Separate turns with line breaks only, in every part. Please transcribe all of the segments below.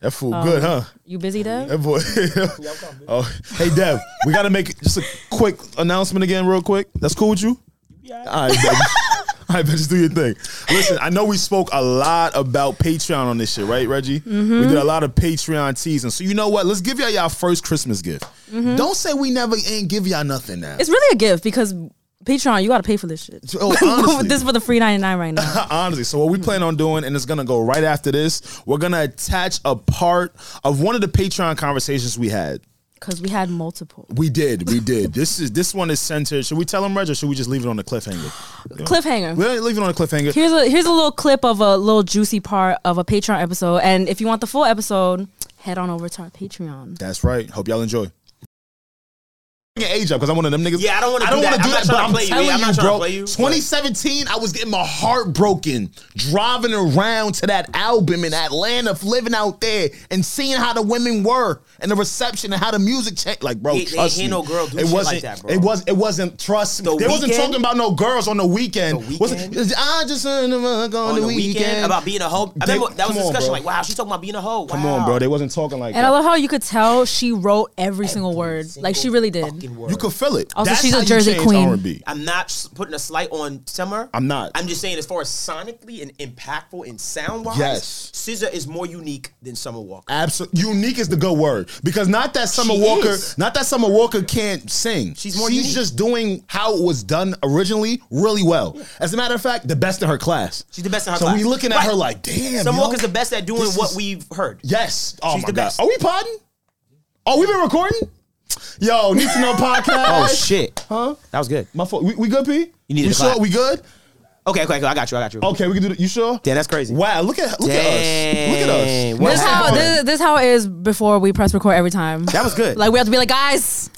That fool
Um,
good, huh?
You busy though?
That boy. oh, hey Dev, we gotta make just a quick announcement again, real quick. That's cool with you? Yeah. All right, baby. All right, just do your thing. Listen, I know we spoke a lot about Patreon on this shit, right, Reggie?
Mm-hmm.
We did a lot of Patreon teasing. So you know what? Let's give y'all y'all first Christmas gift. Don't say we never ain't give y'all nothing now.
Mm-hmm. It's really a gift because Patreon, you got to pay for this shit.
Oh, honestly.
this is for the free ninety nine right now.
Honestly, so what we plan on doing, and it's gonna go right after this, we're gonna attach a part of one of the Patreon conversations we had.
Because we had multiple.
We did, we did. this is this one is centered. Should we tell them, Reg, or should we just leave it on the cliffhanger?
Cliffhanger.
We'll leave it on a cliffhanger.
Here's a here's a little clip of a little juicy part of a Patreon episode, and if you want the full episode, head on over to our Patreon.
That's right. Hope y'all enjoy. Your age up because I'm one of them niggas.
Yeah, I don't wanna
I
do
don't
that.
want to
I'm
do
not
that.
tryna
But I'm
play you.
telling
I'm
you,
not tryna
bro.
play you.
2017, I was getting my heart broken, driving around to that album in Atlanta, living out there, and seeing how the women were and the reception and how the music changed. Like, bro,
They- they
trust
ain't
me.
no girl do
it
shit like
wasn't.
that, bro.
It was. It wasn't. Trust me.
The
they wasn't
Weeknd?
talking about no girls on the weekend.
The
Wasn't- I just on the, on
on the weekend, about being a hoe. I
They-
remember that was
come
a
on,
discussion.
bro.
like, wow, she talking about being a hoe.
Come
Wow.
on, bro. They wasn't talking like
And
that.
I love how you could tell she wrote every single word, like she really did.
Fucking word.
You could feel it.
Also,
That's
she's a
how you
Jersey
change
queen.
R&B.
I'm not s- putting a slight on Summer.
I'm not.
I'm just saying, as far as sonically and impactful and sound wise,
Yes.
Scissor is more unique than Summer Walker.
Absolutely, unique is the good word because not that Summer
She
Walker,
is.
not that Summer Walker can't sing.
She's more
She's
unique.
just doing how it was done originally really well. As a matter of fact, the best in her class.
She's the best in her
so
class.
we looking at
Right.
her like, damn.
Summer
yo,
Walker's the best at doing
this
what
is-
we've heard.
Yes. Oh
She's
my
the
god.
best.
Are we podding? Oh, we've been recording. Yo, need to know podcast.
Oh shit.
Huh?
That was good.
My fault. We, we good, P?
You
we
needed to
sure?
clap.
We good?
Okay, okay, okay, I got you. I got you.
Okay, we can do that. You sure?
Damn, that's crazy.
Wow, look at look at us. Look at us.
Dang, what
This
That's
how
fun.
this, this how it is before we press record every time.
That was good.
Like we have to be like, guys.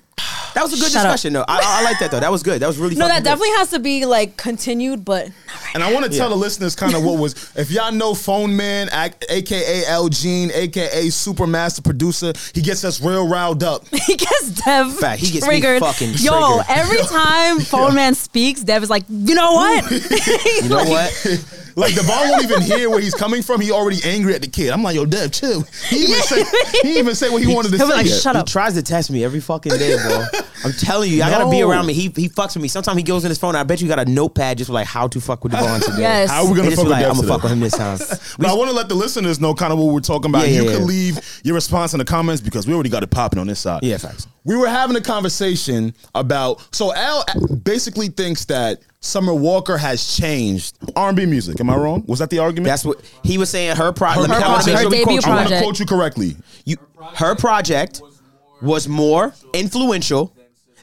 That was a good
Shut up.
discussion, though. I, I, I like that though. That was good. That was really
No, that
fucking good.
definitely has to be like continued, but
And I want to tell the listeners kind of what was. If y'all know Phone Man, ac- aka L Gene, aka Super Master Producer, he gets us real riled up.
he gets Dev
Fact, he gets me
triggered.
fucking
Yo,
triggered.
every time Phone Man speaks, Dev is like, you know what?
You know what?
Like Devon won't even hear where he's coming from. He already angry at the kid. I'm like, yo, Dev, chill. He even say, he even say what he wanted to
He'll
say.
be like,
yet.
shut
he
up.
tries to test me every fucking day, bro. I'm telling you, I gotta be
No.
around me. He he fucks with me. Sometimes he goes in his phone. I bet you got a notepad just for like how to fuck with Devon today.
Yes.
How are we
And
gonna
just
fuck
be
with
like,
Dev
I'm gonna
today?
fuck with him this time.
But I want to let the listeners know kind of what we're talking about.
Yeah,
you
yeah,
can
yeah.
leave your response in the comments because we already got it popping on this side.
Yeah, facts.
We were having a conversation about so Al basically thinks that Summer Walker has changed R&B music. Am I wrong? Was that the argument?
That's what he was saying. Her project.
Her
Her,
project.
Her debut
project.
I want to
project.
quote you correctly.
You, her project was more influential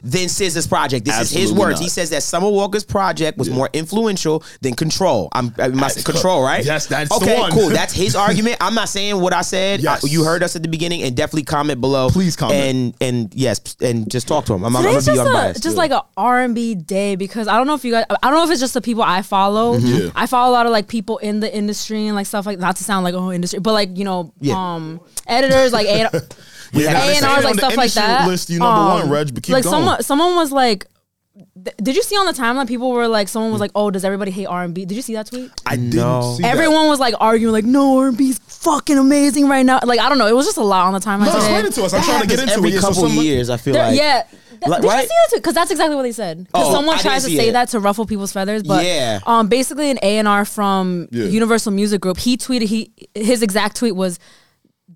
than SZA's project. This is his
Absolutely
words.
not.
He says that Summer Walker's project was more influential than Control. I'm I mean, my,
That's
Control,
co-
right?
yes, that's the
okay.
one.
Cool. That's his argument. I'm not saying what I said.
Yes.
I- you heard us at the beginning, and definitely comment below.
Please comment.
and and yes, and just talk to him. I'm, I'm gonna
Today's
be
just a,
unbiased.
just
yeah.
like a R and B day because I don't know if you guys I don't know if it's just the people I follow.
Yeah.
I follow a lot of like people in the industry and like stuff like not to sound like oh industry, but like you know
Yeah.
um editors like A
Yeah,
A and
now they
R's
say
like
on
stuff
the
like
industry
that.
List you number
Um,
one, Reg. But keep
like
going.
someone someone was like. th- Did you see on the timeline? People were like, someone was like, "Oh, does everybody hate R and B?" Did you see that tweet?
I didn't
No.
see
Everyone was like arguing, like, "No, R and B's fucking amazing right now." Like, I don't know, it was just a lot on the timeline.
No,
today.
explain it to us. I'm
That
trying to get
happens
into
every
it. Yeah, so
couple
someone-
years. I feel
There-
like
yeah. Th-
Like,
did
right?
you see that too? Because that's exactly what they said. Because
Oh, I
someone
didn't
tries to
see
say
it.
that to ruffle people's feathers, but
Yeah.
um, basically an A and R from
Yeah.
Universal Music Group. He tweeted he his exact tweet was,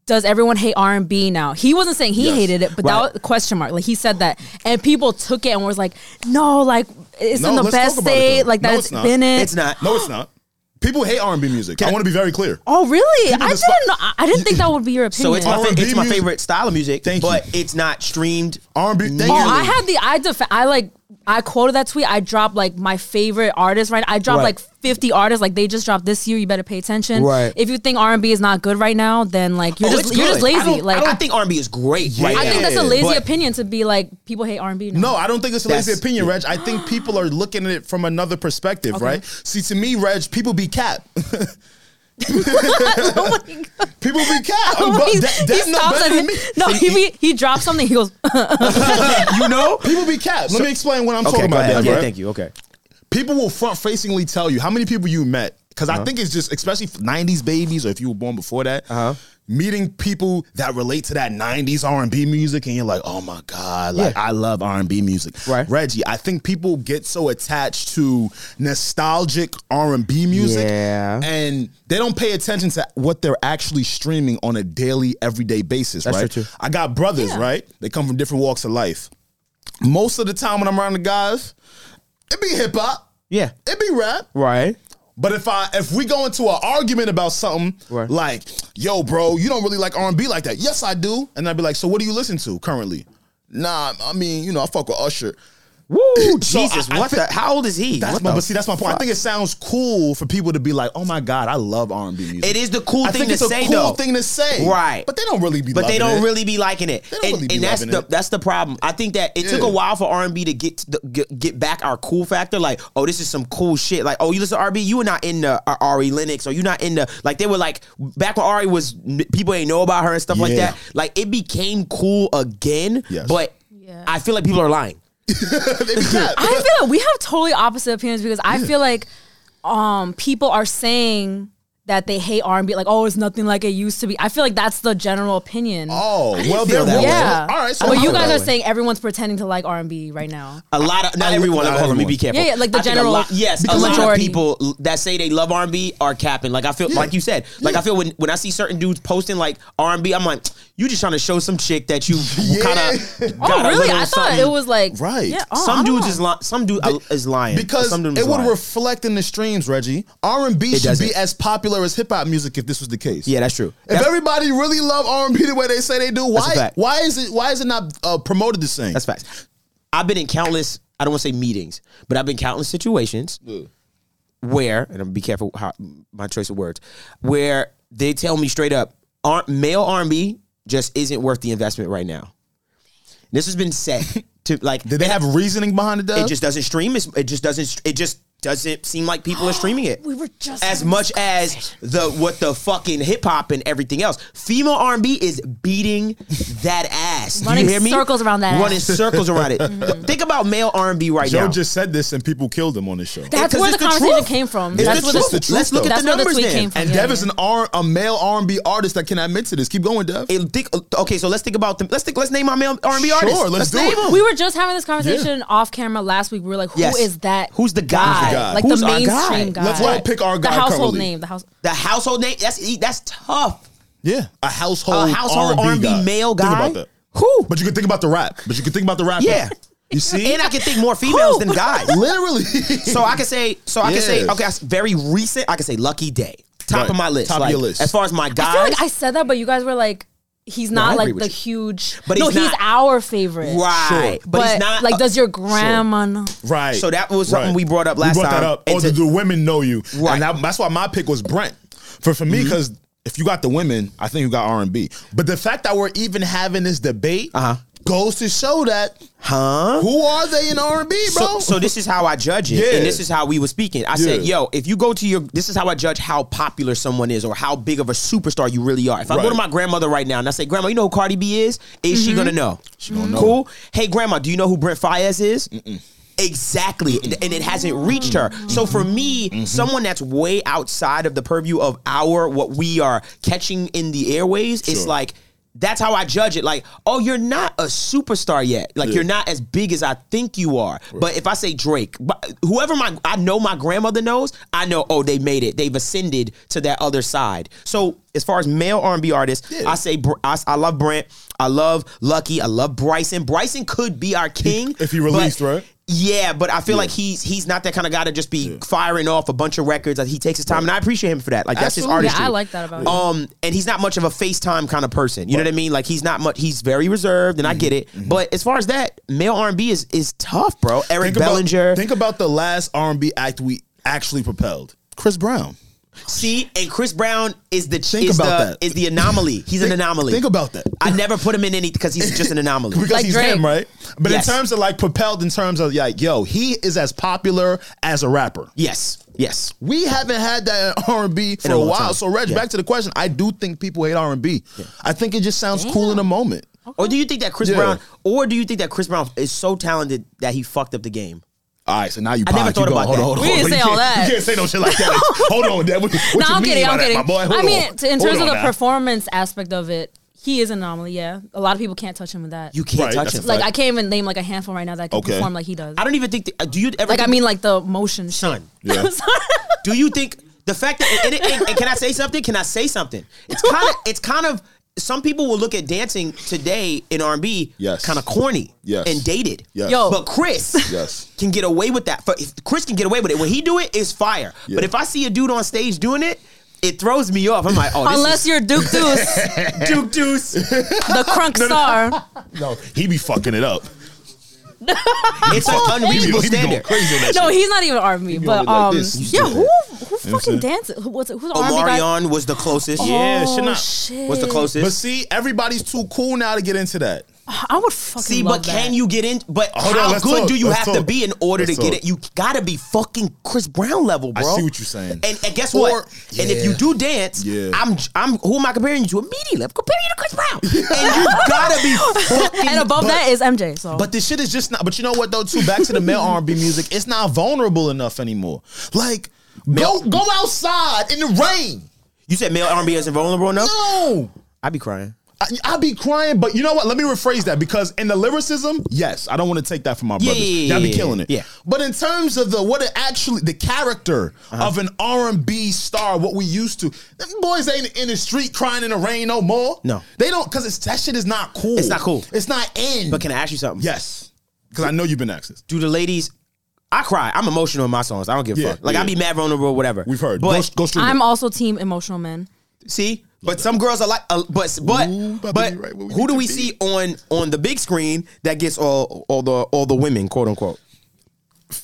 "Does everyone hate R and B now?" He wasn't saying he
Yes.
hated it, but
Right.
that was question mark. Like he said that, and people took it and was like, "No, like it's
No,
in the
let's
best
talk about it,
state.
though.
like
No,
that's
it's not.
been it.
it's not.
No, it's not. People hate R&B music. I want to be very clear.
Oh, really? I
just-
didn't. Know, I I didn't think that would be your opinion.
So it's my, fa-
R&B
it's my
music-
favorite style of music,
Thank you.
but it's not streamed.
R&B. Thank
Oh,
you.
I had the I def- I like I quoted that tweet. I dropped like my favorite artists. Right, I dropped
Right.
like fifty artists. Like they just dropped this year. You better pay attention.
Right.
If you think R and B is not good right now, then like you're
Oh,
just
it's
you're
good.
just
I
lazy.
don't-
like
I don't think R&B is great. right
I think
now.
that's a lazy
But-
opinion to be like people hate R and B.
No, I don't think it's a lazy
That's-
opinion, Reg. I think people are looking at it from another perspective, right? See, to me, Reg, people be cap.
Oh
People be cap. I'm bu-
he,
that,
Oh he
that's not
stops
better than
and
me.
no, he, he he drops something. He goes,
you know.
People be cap. Let me explain what I'm talking
go
about.
ahead.
Dev,
Okay,
right?
thank you. Okay.
People will front facingly tell you how many people you met Because I think it's just, especially for 90s babies, or if you were born before that,
Uh-huh.
meeting people that relate to that 90s R&B music, and you're like, oh my God, like,
Yeah.
I love R&B music.
Right.
Reggie, I think people get so attached to nostalgic R&B music,
Yeah.
and they don't pay attention to what they're actually streaming on a daily, everyday basis,
That's
right?
true, too.
I got brothers, right? They come from different walks of life. Most of the time when I'm around the guys, it be hip hop,
Yeah.
it be rap.
Right.
But if I if we go into an argument about something
Right.
like, yo, bro, you don't really like R and B like that. Yes, I do. And I'd be like, so what do you listen to currently? Nah, I mean, you know, I fuck with Usher.
Woo.
So
Jesus.
I- I
what
think-
the? How old is he?
That's
What
my,
the
but see, that's my point. I
fuck?
think it sounds cool for people to be like, oh my god, I love R and B music.
It is the cool
I think
thing to
it's a
say
cool
though.
thing to say,
Right.
But they don't really be.
but they
loving
don't
it.
really be liking it.
They don't
and
really be
and that's
loving
the
it.
that's the problem. I think that it took
Yeah.
a while for R and B to get, to the, get get back our cool factor. Like, oh, this is some cool shit. Like, oh, you listen to R&B, you were not in the uh, Ari Lennox, or you not in the like. They were like back when Ari was n- people ain't know about her and stuff like
Yeah.
that. Like, it became cool again.
Yes.
But
Yeah.
I feel like people are lying.
They be capped.
I feel like we have totally opposite opinions because I feel like um people are saying that they hate R and B, like oh, it's nothing like it used to be. I feel like that's the general opinion.
Oh, well, they're
feel that
wrong.
way.
yeah.
All right, so
but
I
you
feel
guys
that
are
way.
saying everyone's pretending to like R and B right now.
A lot of not everyone.
not
Like, hold on, let me be
everyone.
careful.
Yeah, yeah, like the
I think a
general-
lot- yes, a
Because
lot
majority.
of people l- that say they love R and B are capping. Like I feel, like you said, like I feel when when I see certain dudes posting like R and B, I'm like, you just trying to show some chick that you
Yeah.
kind of.
Oh really? I thought it was like
Right.
Yeah, oh, I
some
don't
dudes
know.
is lying. Some dude uh, is lying
because
Some dudes
it
is
would
lying.
reflect in the streams, Reggie. R and B should
doesn't.
be as popular as hip hop music if this was the case.
yeah, that's true.
If
That's,
everybody really love R and B the way they say they do,
That's a
why
fact.
why is it why is it not uh, promoted the same?
that's facts. I've been in countless. I don't want to say meetings, but I've been countless situations where, and I'm be careful how my choice of words, where they tell me straight up, R- male R&B just isn't worth the investment right now. This has been said to like
Did they have reasoning behind it?
it just doesn't stream. as- It just doesn't. It just doesn't seem like people are streaming it.
We were just
as
having
much as the what the fucking hip hop and everything else. Female R and B is beating that ass. Do
Running
you hear me?
circles around that
Running
ass. Mm-hmm.
circles around it. Think about male R and B right
Joe
now.
just said this and people killed him on this show.
That's
Because
where the
it's
conversation
truth.
came from.
It's
That's
the
where
the-
truth.
That's the
Let's look
truth,
That's
at the
where the
numbers
tweet
then.
came from.
and
yeah,
Dev is
yeah.
an R a male R and B artist that can admit to this. Keep going, Dev.
And think, okay, so let's think about them. Let's think. Let's name our male R and B artists.
Sure, let's do
name
it.
them.
We were just having this conversation off camera last week. We were like, who is
Yes.
that?
Who's the guy?
Who's the guy?
Like
Who's
the
our guy?
mainstream guy.
Let's all pick our
The
guy
household
currently.
name. The house.
The household name. That's e, that's tough.
Yeah, a household
A household
R&B,
R&B
guy.
male guy.
Think about that.
Who?
But you can think about the rap. But you can think about the rap.
Yeah.
you see,
And I can think more females than guys.
literally.
So I can say, so I can say,
Yes.
okay, that's very recent. I can say Lucky Day, top
Right.
of my list,
Top of
like,
your list.
As far as my guys,
I feel like I said that, but you guys were like, he's
I
not
agree
like
with
the
you.
huge.
But
But no,
he's
he's,
not-
our favorite.
right?
Sure.
But,
But
he's not
like, does your grandma know?
Right.
So that was something we brought up last
we brought
time.
That up.
And
Or
to-
do the women know you?
Right. Mm-hmm.
And that, that's why my pick was Brent. For for me, because if you got the women, I think you got R and B. But the fact that we're even having this debate
Uh-huh.
goes to show that
huh?
who are they in R and B,
So,
bro?
so this is how I judge it,
Yeah.
and this is how we were speaking. I said,
Yeah.
"Yo, if you go to your, this is how I judge how popular someone is or how big of a superstar you really are." If I go
Right. Mm-hmm.
to my grandmother right now and I say, "Grandma, you know who Cardi B is?" Is she gonna know? She
gonna know.
Cool. Hey, Grandma, do you know who Brent Fayez is? Exactly, and, and it hasn't reached her. So for me,
Mm-hmm.
someone that's way outside of the purview of our what we are catching in the airways, it's
Sure.
like. That's how I judge it. Like, oh, you're not a superstar yet. Like, you're not as big as I think you are. But if I say Drake, but whoever my I know my grandmother knows, I know. Oh, they made it. They've ascended to that other side. So as far as male R and B artists,
Yeah.
I say Br- I, s- I love Brent. I love Lucky. I love Bryson. Bryson could be our king
if he released,
but-
right?
Yeah, but I feel like he's he's not that kind of guy to just be firing off a bunch of records. Like he takes his time, and I appreciate him for that. Like that's
Absolutely.
his artistry.
Yeah, I like that about him.
Um, and he's not much of a FaceTime kind of person. You know what I mean? Like he's not much. He's very reserved,
Mm-hmm.
and I get it. But as far as that, male R and B is is tough, bro. Eric
about-
Bellinger.
think about the last R and B act we actually propelled. Chris Brown.
see, and Chris Brown is the
Think
is
about
the
that.
is the anomaly. He's an anomaly.
Think about that.
I never put him in any because he's just an anomaly.
because
Like
he's
Drake.
him, right? But
Yes.
in terms of like propelled, in terms of like, yo, he is as popular as a rapper.
yes, yes.
We haven't had that in R and B for
a
a
long
while.
time.
So Reg,
Yeah.
back to the question. I do think people hate R and B. I think it just sounds cool in the moment.
Or do you think that Chris
Yeah.
Brown? Or do you think that Chris Brown is so talented that he fucked up the game?
All right, so now you.
I never
pod, keep
thought
going.
about
Hold on,
that.
hold on,
We
hold on.
didn't say
You
all
can't-
that.
You can't say no shit like that. hold on, Dad. What, what
no,
you
I'm
mean
kidding.
by
I'm
that,
kidding.
my boy? Hold
I
on.
mean, t- in
Hold
terms of
on
the
now.
performance aspect of it, he is an anomaly. Yeah, a lot of people can't touch him with that.
You can't
Right,
touch
that's
him.
a
like
fact.
I can't even name like a handful right now that can
Okay.
perform like he does.
I don't even think. That, uh, do you ever?
like I
think-
mean, like the motion. shit.
son.
Yeah.
Do you think the fact that and, and- and- and can I say something? Can I say something? It's kind of it's kind of some people will look at dancing today in R and B
Yes.
kind of corny
Yes.
and dated.
Yes.
Yo.
But Chris
Yes.
can get away with that. For, if Chris can get away with it when he do it, it's fire.
Yeah.
But if I see a dude on stage doing it, it throws me off. I'm like, oh, this
Unless you're Duke Deuce,
is Duke Deuce.
the crunk star.
No, he be fucking it up.
It's an
He be,
unreasonable
he be going
standard.
crazy on that
No,
shit.
he's not even R&B,
on
but
it like
um,
this. He's
yeah,
doing
who who
what I'm
fucking
saying?
dances? Who, what's, who's the R&B guy?
Omarion was the closest.
Yeah,
Oh,
shit, nah.
shit.
Was the closest.
But see, everybody's too cool now to get into that.
I would fucking
See,
love
but can
that.
you get in? But
Hold on,
how
let's
good
talk,
do you
let's
have to
talk.
be in order
Let's
to get
talk.
it? You gotta be fucking Chris Brown level, bro.
see what you're saying.
And, and guess
Or-
what? And if you
Yeah.
do dance,
Yeah.
I'm, I'm. Who am I comparing you to? Immediately, I'm comparing you to Chris Brown. and you gotta be fucking.
And above
but-
that is MJ. So,
But this shit is just not. But you know what though? Too back to the male R and B music. It's not vulnerable enough anymore. Like go go outside in the rain.
You said male R&B isn't vulnerable enough.
No.
I'd be crying.
I, I be crying, but you know what? Let me rephrase that because in the lyricism, yes, I don't want to take that from my brothers.
yeah,
Y'all be
yeah,
killing it.
yeah.
But in terms of the what it actually the character
Uh-huh.
of an R and B star, what we used to, them boys ain't in the street crying in the rain no more.
No.
they don't because it's that shit is not cool.
It's not cool.
It's not in.
But can I ask you something?
yes, because I know you've been accessed.
Do the ladies? I cry. I'm emotional in my songs. I don't give a
Yeah,
fuck. Like
yeah.
I be mad vulnerable, whatever.
We've heard.
But
go, go stream. it.
I'm also team emotional man.
See, but some girls are like, uh, but but
Ooh, about to
but
be right where we
who
need
do
to
we
be.
see on on the big screen that gets all all the all the women, quote unquote?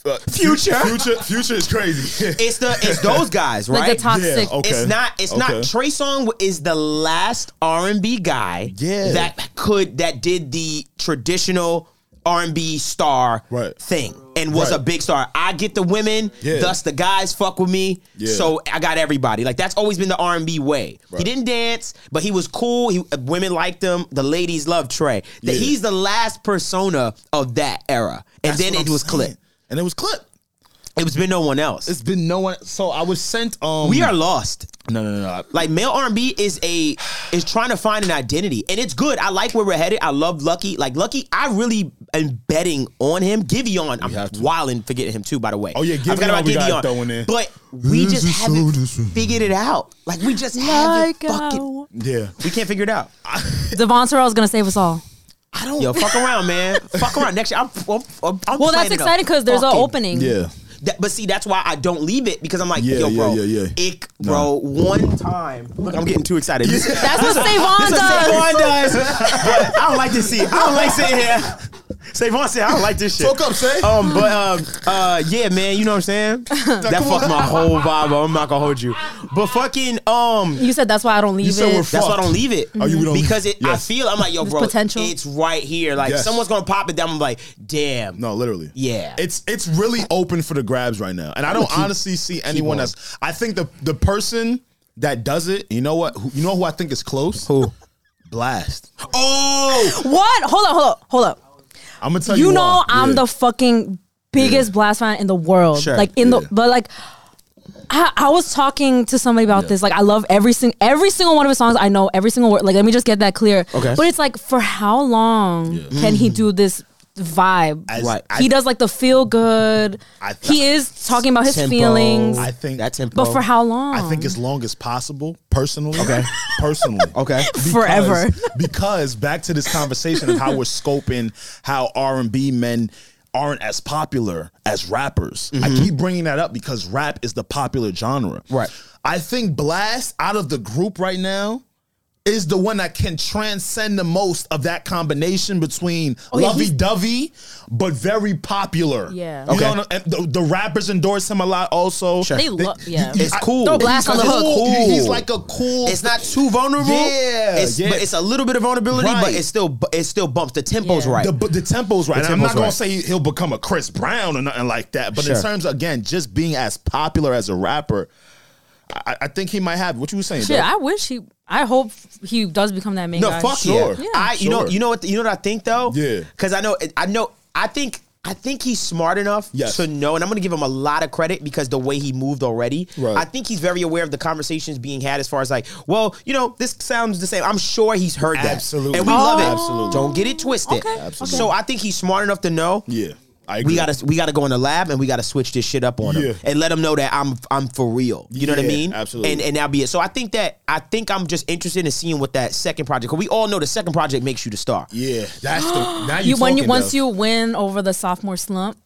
Uh,
Future.
Future. Future is crazy.
It's the it's those guys,
Like
right?
the toxic.
Yeah, okay.
It's not. It's
Okay.
not. Trey Songz is the last R and B guy
Yeah.
that could that did the traditional R and B star
Right.
thing and was
Right.
a big star. I get the women,
Yeah.
thus the guys fuck with me.
Yeah.
So I got everybody. Like that's always been the R and B way.
Right.
He didn't dance, but he was cool. He, uh, women liked him. The ladies loved Trey. The-
Yeah.
He's the last persona of that era, and
That's
then
what
it
I'm
was
saying.
clipped.
And it was clipped.
It was been no one else.
It's been no one. So I was sent. Um,
we are lost.
no, no, no, no. I-
Like male R and B is a is trying to find an identity, and it's good. I like where we're headed. I love Lucky. Like Lucky, I really am betting on him. Giveon,
have to.
I'm wilding forgetting him too. By the way,
Oh, yeah,
I forgot
Giveon,
about
we gotta
Giveon.
throw in there.
But we
This
just
is so
haven't
different.
figured it out. Like we just haven't
Like, uh,
fucking.
Yeah.
We can't figure it out.
Devon Terrell's gonna save us all.
I don't.
Yo, fuck around, man. fuck around. Next year, I'm. I'm, I'm
Well, that's
planning a
exciting because there's an
fucking-
opening.
Yeah.
That- but see, that's why I don't leave it because I'm like,
Yeah,
yo,
yeah,
bro,
yeah, yeah.
ick, bro. One time, look, I'm getting too excited.
That's what Savon
That's what
does.
Savon does. But I don't like this scene. I don't like sitting here. Savon said, I don't like this shit.
Talk up, Say.
Um, but um, uh, yeah, man, you know what I'm saying? That fucked my whole vibe. up. I'm not gonna hold you. But fucking um,
You said that's why I don't leave
said
it.
we're
that's why I
Fucked.
don't leave it.
Oh, you don't-
because it,
Yes.
I feel I'm like, yo,
There's
bro,
potential.
it's right here. Like
Yes.
someone's gonna pop it down. I'm like, damn.
No, literally.
Yeah.
It's it's really open for the grabs right now, and I don't honestly see anyone
on.
that's. I think the the person that does it, you know what? Who, you know who I think is close?
Who?
Blast.
Oh,
What? Hold up, hold up, hold up.
I'm gonna tell you.
you know
why.
I'm
Yeah.
the fucking biggest blast fan in the world.
Sure.
Like in
Yeah.
the but like I, I was talking to somebody about this. Like I love every sing every single one of his songs. I know every single word. Like let me just get that clear.
Okay.
But it's like for how long can he do this
Mm.
vibe?
As-
Right.
I-
he does like the feel good.
I th-
he is talking about his
Tempo.
feelings.
I think
that tempo.
but for how long?
I think as long as possible, personally. Okay. Personally.
Okay.
Forever.
because back to this conversation of how we're scoping how R and B men aren't as popular as rappers. I keep bringing that up because rap is the popular genre.
Mm-hmm. Right.
I think Blast out of the group right now. Is the one that can transcend the most of that combination between
Oh, yeah,
lovey
he's-
dovey, but very popular.
Yeah.
You
Okay.
know, and the, the rappers endorse him a lot. Also,
Sure.
they love yeah.
It's cool.
Throw blast on the
He's
hook.
cool. He's
Cool.
like a cool.
It's not too vulnerable.
Yeah,
it's,
yeah.
But it's a little bit of vulnerability,
Right.
but it still it still bumps. The tempo's
Yeah.
right.
the, but the tempo's right.
The
And I'm not
tempo's
gonna
right.
say he'll become a Chris Brown or nothing like that. But in
Sure.
terms again, just being as popular as a rapper, I, I think he might have. What you were saying?
Shit,
though?
I wish he I hope he does become that main
no,
guy.
fuck
Sure.
yeah.
Yeah.
I you know
Sure.
you know what you know what I think though.
Yeah.
Because I know I know I think I think he's smart enough
Yes.
to know, and I'm going to give him a lot of credit because the way he moved already.
Right.
I think he's very aware of the conversations being had as far as like, well, you know, this sounds the same. I'm sure he's heard that.
Absolutely.
And we love it.
Absolutely.
Don't get it twisted.
Okay, Absolutely.
So I think he's smart enough to know.
Yeah, I agree.
We gotta we gotta go in the lab and we gotta switch this shit up on
Yeah.
him and let him know that I'm I'm for real. You know what I
Yeah,
mean?
absolutely.
And and that'll be it. So I think that I think I'm just interested in seeing what that second project. Cause we all know the second project makes you the star.
Yeah, that's the now you,
You when you
talking,
once
though.
you win over the sophomore slump,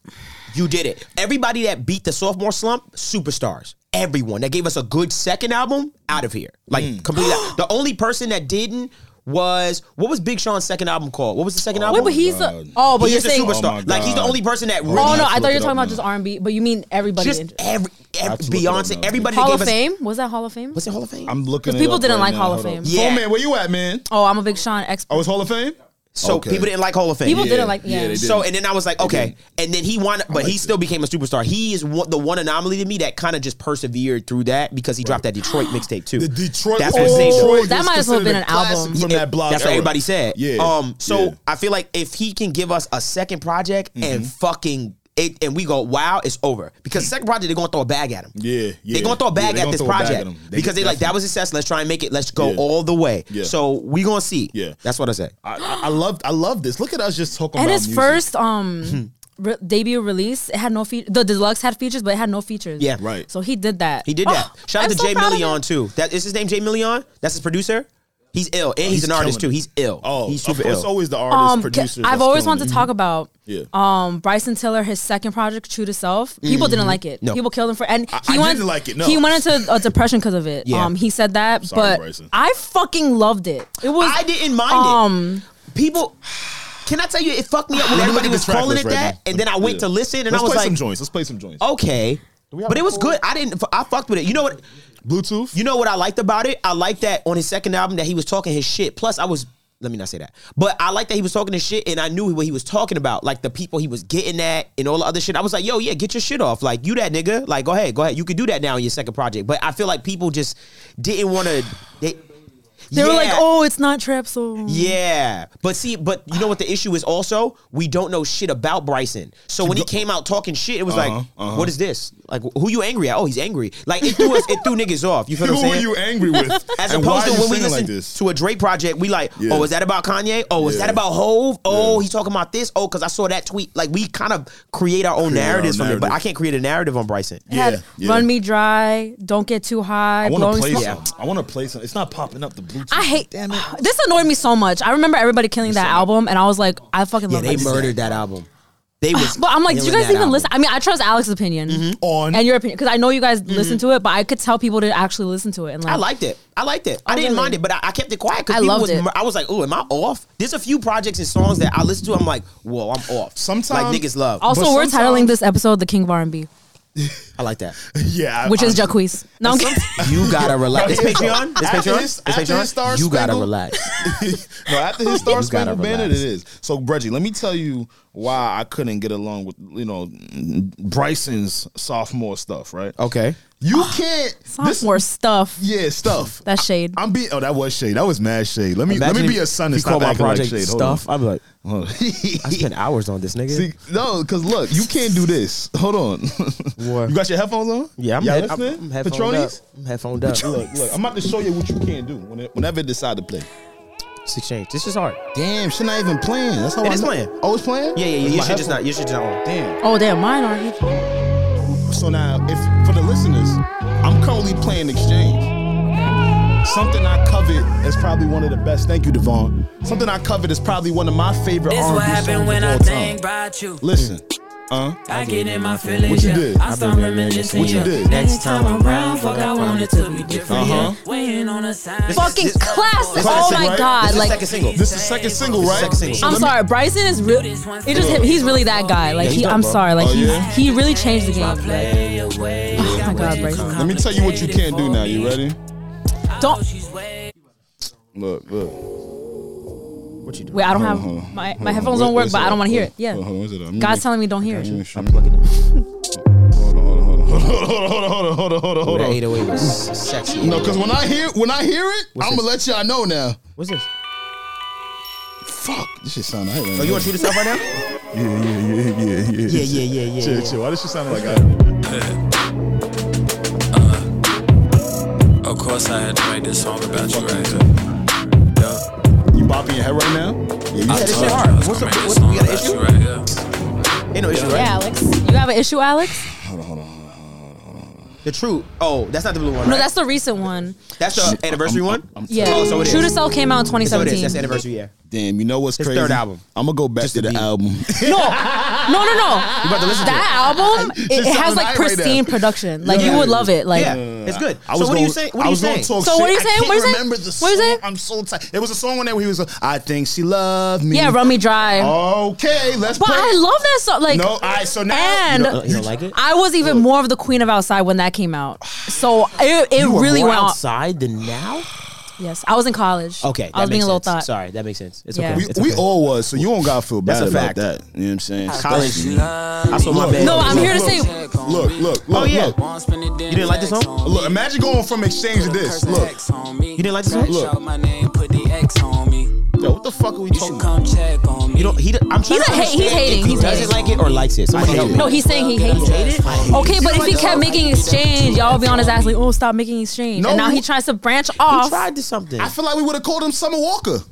You did it. Everybody that beat the sophomore slump, superstars. Everyone that gave us a good second album, out of here. Like
Mm.
completely. out. The only person that didn't was what was Big Sean's second album called? What was the second album?
wait, but he's a
God.
oh, but
He
you're
is uh, a
saying oh,
Oh
superstar.
my
like he's the
God.
only person that really.
I
no,
have
I
to
thought
look
you were
it
talking
up
about just
now.
R and B, but you mean everybody?
just
in
every, every
to look it up
Beyonce,
now.
everybody
Hall
that
of
gave
Fame
us.
was that Hall of Fame?
Was it Hall of Fame?
I'm looking.
'Cause
it
people
up
didn't
right
like
now.
Hall of
Hold up.
Fame.
Yeah.
Oh man, where you at, man?
Oh, I'm a big Sean expert.
Oh, it's Hall of Fame.
so
Okay.
people didn't like Hall of Fame.
People
Yeah.
didn't like
Yeah,
yeah.
they did.
So and then I was like, okay. And then he won, but
like
he still became a superstar. He is one, the one anomaly to me that kind of just persevered through that because he dropped that Detroit mixtape too.
The Detroit.
That's
oh,
what saved him.
Detroit
That
was
might as well have been
considered
an
a classic
album.
from
Yeah,
that block.
That's
era.
what everybody said.
Yeah.
Um. So
Yeah. Mm-hmm.
I feel like if he can give us a second project and fucking it, and we go, wow, it's over because the second project they're gonna throw a bag at him.
Yeah, yeah.
They're gonna throw a
Yeah,
bag
they
at
gonna
this
throw a bag at
project
him. They
because they like that
definitely-
was a success. Let's try and make it. Let's go
Yeah.
all the way.
Yeah.
So we gonna see.
Yeah.
That's what I said.
I, I- I love. I love this. Look at us just talking
and
about
his
music.
first um re- debut release, it had no features. The deluxe had features, but it had no features.
Yeah.
Right.
So he did that.
He did
Oh,
that. Shout
I'm
out to
so
Jay
proud of him.
Million too. That is his name. Jay Million. That's his producer. He's ill, and he's,
he's
an artist too.
killing it.
He's ill.
Oh,
he's
of
super
course,
ill.
always the artist,
Um, ca-
producer.
I've always wanted to
Mm-hmm.
talk about
Yeah.
um Bryson Tiller, his second project, True to Self. People didn't like it.
No.
People killed him for, and he
Mm-hmm. I
went.
didn't like it, no.
He went into a depression because of it.
Yeah.
Um, he said that,
Sorry,
but
Bryson.
I fucking loved it. It was.
I didn't mind
um,
it. People, can I tell you, it fucked me up when
Look
everybody
at
was
the track
calling it
list right
that,
now.
and then I went
Yeah.
to listen, and
Let's
I was
play
like, oh,
some joints. Let's play some joints.
okay,
have
but it was good. I didn't, I fucked with it. You know what?
Bluetooth.
You know what I liked about it? I liked that on his second album that he was talking his shit. Plus, I was let me not say that, but I liked that he was talking his shit, and I knew what he was talking about, like the people he was getting at and all the other shit. I was like, yo, yeah, get your shit off, like you that nigga, like go ahead, go ahead, you could do that now in your second project. But I feel like people just didn't want to. They,
they were like, "Oh, it's not trap soul."
Yeah, but see, but you know what the issue is also? We don't know shit about Bryson. So when he came out talking shit, it was
Uh-huh,
like,
uh-huh.
"What is this? Like, who you angry at? Oh, he's angry. Like it threw us, it threw niggas off. You feel what
Who
I'm
were
saying?
you angry with?
As
And
opposed
why
to
are you
when we
singing
listen
like this?
to a Drake project, we like,
Yeah.
oh, is that about Kanye? Oh, is
Yeah.
that about Hove? Oh, he's talking about this. Oh, because I saw that tweet. Like we kind of create our own
Create our
narratives from it, but
narrative.
I can't create a narrative on Bryson.
It had
Yeah, yeah.
Run Me Dry, Don't Get Too High,
I want to
Blowing
play
Smoke.
some. I want to play some. It's not popping up the Bluetooth.
I hate uh,
Damn it.
This annoyed me so much. I remember everybody killing that album, and I was like, I fucking
Yeah,
love
they
this.
murdered that album. They was.
Ah, But I'm like, did you
killing
guys
that
even
album.
listen? I mean, I trust Alex's opinion
On.
and your opinion because I know you guys listen
Mm-hmm.
to it, but I could tell people didn't actually listen to it. And like,
I liked it. I liked it. I didn't
really?
mind it, but I, I kept it quiet
I
because people
loved
was.
it.
mur- I was like, "Ooh, am I off?" There's a few projects and songs that I listen to. I'm like, "Whoa, I'm off."
Sometime-
like niggas love.
also,
But
we're
sometimes-
titling this episode "The King of R&B,"
I like that.
yeah, I-
which is
I-
Jacquees. No, I'm kidding.
You gotta relax. It's Patreon. It's
After
Patreon.
his-
It's
after his
Patreon.
Star
You gotta
Spangled-
relax.
no, after his Star
You gotta
Spangled Banner, it
relax.
is. So, Reggie, let me tell you why I couldn't get along with you know Bryson's sophomore stuff, right?
Okay.
You can't. this
sophomore stuff.
yeah, stuff.
That shade.
I'm being. Oh, that was shade. That was mad shade. Let me let
Imagine
me be a son and
if you
stop
call my
acting like
project
shade. Hold on.
stuff. I'm like,
Hold on.
I spent hours on this nigga.
See, no, because look, you can't do this. Hold on.
What?
you got your headphones on?
yeah, I'm,
Y'all
head, I'm,
listening?
I'm headphoned
Petronis?
up. I'm headphoned up.
Look, look, I'm about to show you what you can do when it- whenever they decide to play.
It's exchange. This is hard.
Damn, shit not even playing. That's how
It
I
is
know.
playing.
Oh, it's playing?
Yeah, yeah, yeah.
It's
You
my
should just
headphone.
not. You should just not.
Damn.
Oh damn, mine aren't. you?
So now, if for the listeners, I'm currently playing Exchange. Something I covet is probably one of the best. Thank you, Devon. Something I covet is probably one of my favorite
This
R&B
what happened
songs
when
of
I
all time.
think about you.
Listen, uh,
I get in my feelings.
What you
yeah.
did?
I start reminiscing.
What you
yeah.
did?
Next time I'm round, fuck, I want it to be different.
Uh-huh.
Yeah. Waiting on a sign.
Fucking
this-
classic.
classic,
Oh my
right?
god,
This is
like.
second single.
this is second single, right?
Second single.
So
I'm
let me-
sorry, Bryson is real. It just hit, he's really that guy. Like
Yeah,
he,
he's dope,
I'm
bro.
sorry, like
Oh,
he's
yeah?
he really changed the game.
Play away.
Oh my god, Bryson,
Let me tell you what you can do now. You ready?
don't
She's way.
Look, look.
What you doing?
wait. I
Hold on,
don't have my
hold
my
on. Uh-huh.
headphones
Wait,
don't work,
wait, Uh-huh.
but I
hold
don't
on,
want to hear
wait,
it. Yeah,
hold on, wait, hold on.
God's telling me don't hear it.
I'm plugging it. Hold on, hold on, hold on, hold on, hold on, hold
That
on, hold on.
808 was sexy.
No, because when I hear when I hear it,
What's
I'm gonna
this?
let y'all know now.
What's this?
fuck.
This shit sound right.
Oh, you want to shoot yourself right now?
Yeah, yeah, yeah, yeah, yeah.
Yeah, yeah, yeah, yeah,
Chill,
yeah.
chill. Why does she sound like that?
Of course I had to write this song about you, right? Yeah.
You bopping your head right now?
Yeah, this
Told
shit
you
hard.
I was
What's up?
gonna make this
What's,
song
you got an
about you
issue?
right here.
Ain't no issue,
Yeah,
right?
Alex, you have an issue, Alex?
The truth. Oh, that's not the blue one.
No,
right?
that's the recent one.
that's the anniversary
I'm-
one.
I'm- I'm-
Yeah,
Oh, so it
True to
is.
Sell came out in
So it
2017.
is. That's the anniversary. Yeah.
Damn, you know what's
His
crazy?
third album.
I'm gonna go back
Just
to
the
the
beat.
album.
No, no, no, no. that album, it, it has
sounding
like
right right now.
pristine production. Like you would love it. Like
yeah, it's good.
I
so
was
what are you
gonna-
saying? What
I
are you
was gonna
saying?
talk
So
shit.
what are you saying?
I can't
What are you saying?
remember the
What are you
song.
saying?
I'm so tired. It was a song on there where he was, like, I think she loved me.
yeah, Rummy Dry.
Okay, let's.
but
play.
I love that song. Like,
No, all right. So now
and
You don't- you don't like it?
I was even more of the queen of outside when that came out. So it, it
You were
really
more
went off.
outside than now.
Yes, I was in college.
Okay,
I was
that
being
makes
a little
sense.
thought.
Sorry, that makes sense. It's
Yeah.
okay.
We-
It's
we
okay.
all was, so you don't gotta feel
That's
bad
a
about
fact.
that.
You know what I'm saying?
College.
I saw my bad.
No, I'm here to
Look,
say.
Look, look, look,
yeah.
look.
You
didn't like this song?
Look, imagine going from exchange to this. Look,
You
didn't like this song?
Look. my name, put the X on me.
yo, what the fuck are we
You should come check on me.
You don't. He. don't- I'm trying
He's
to
a hate- he's
understand
hating,
If he
he's
doesn't
hating.
like it or likes it. Somebody
hate
help
it.
me.
No, he's saying he hates it. Okay, but if he kept making exchange, y'all would be on his ass like, oh, stop making exchange.
No,
and now
we-
he tries to branch
He
off.
tried to something.
I feel like we would have called him Summer Walker.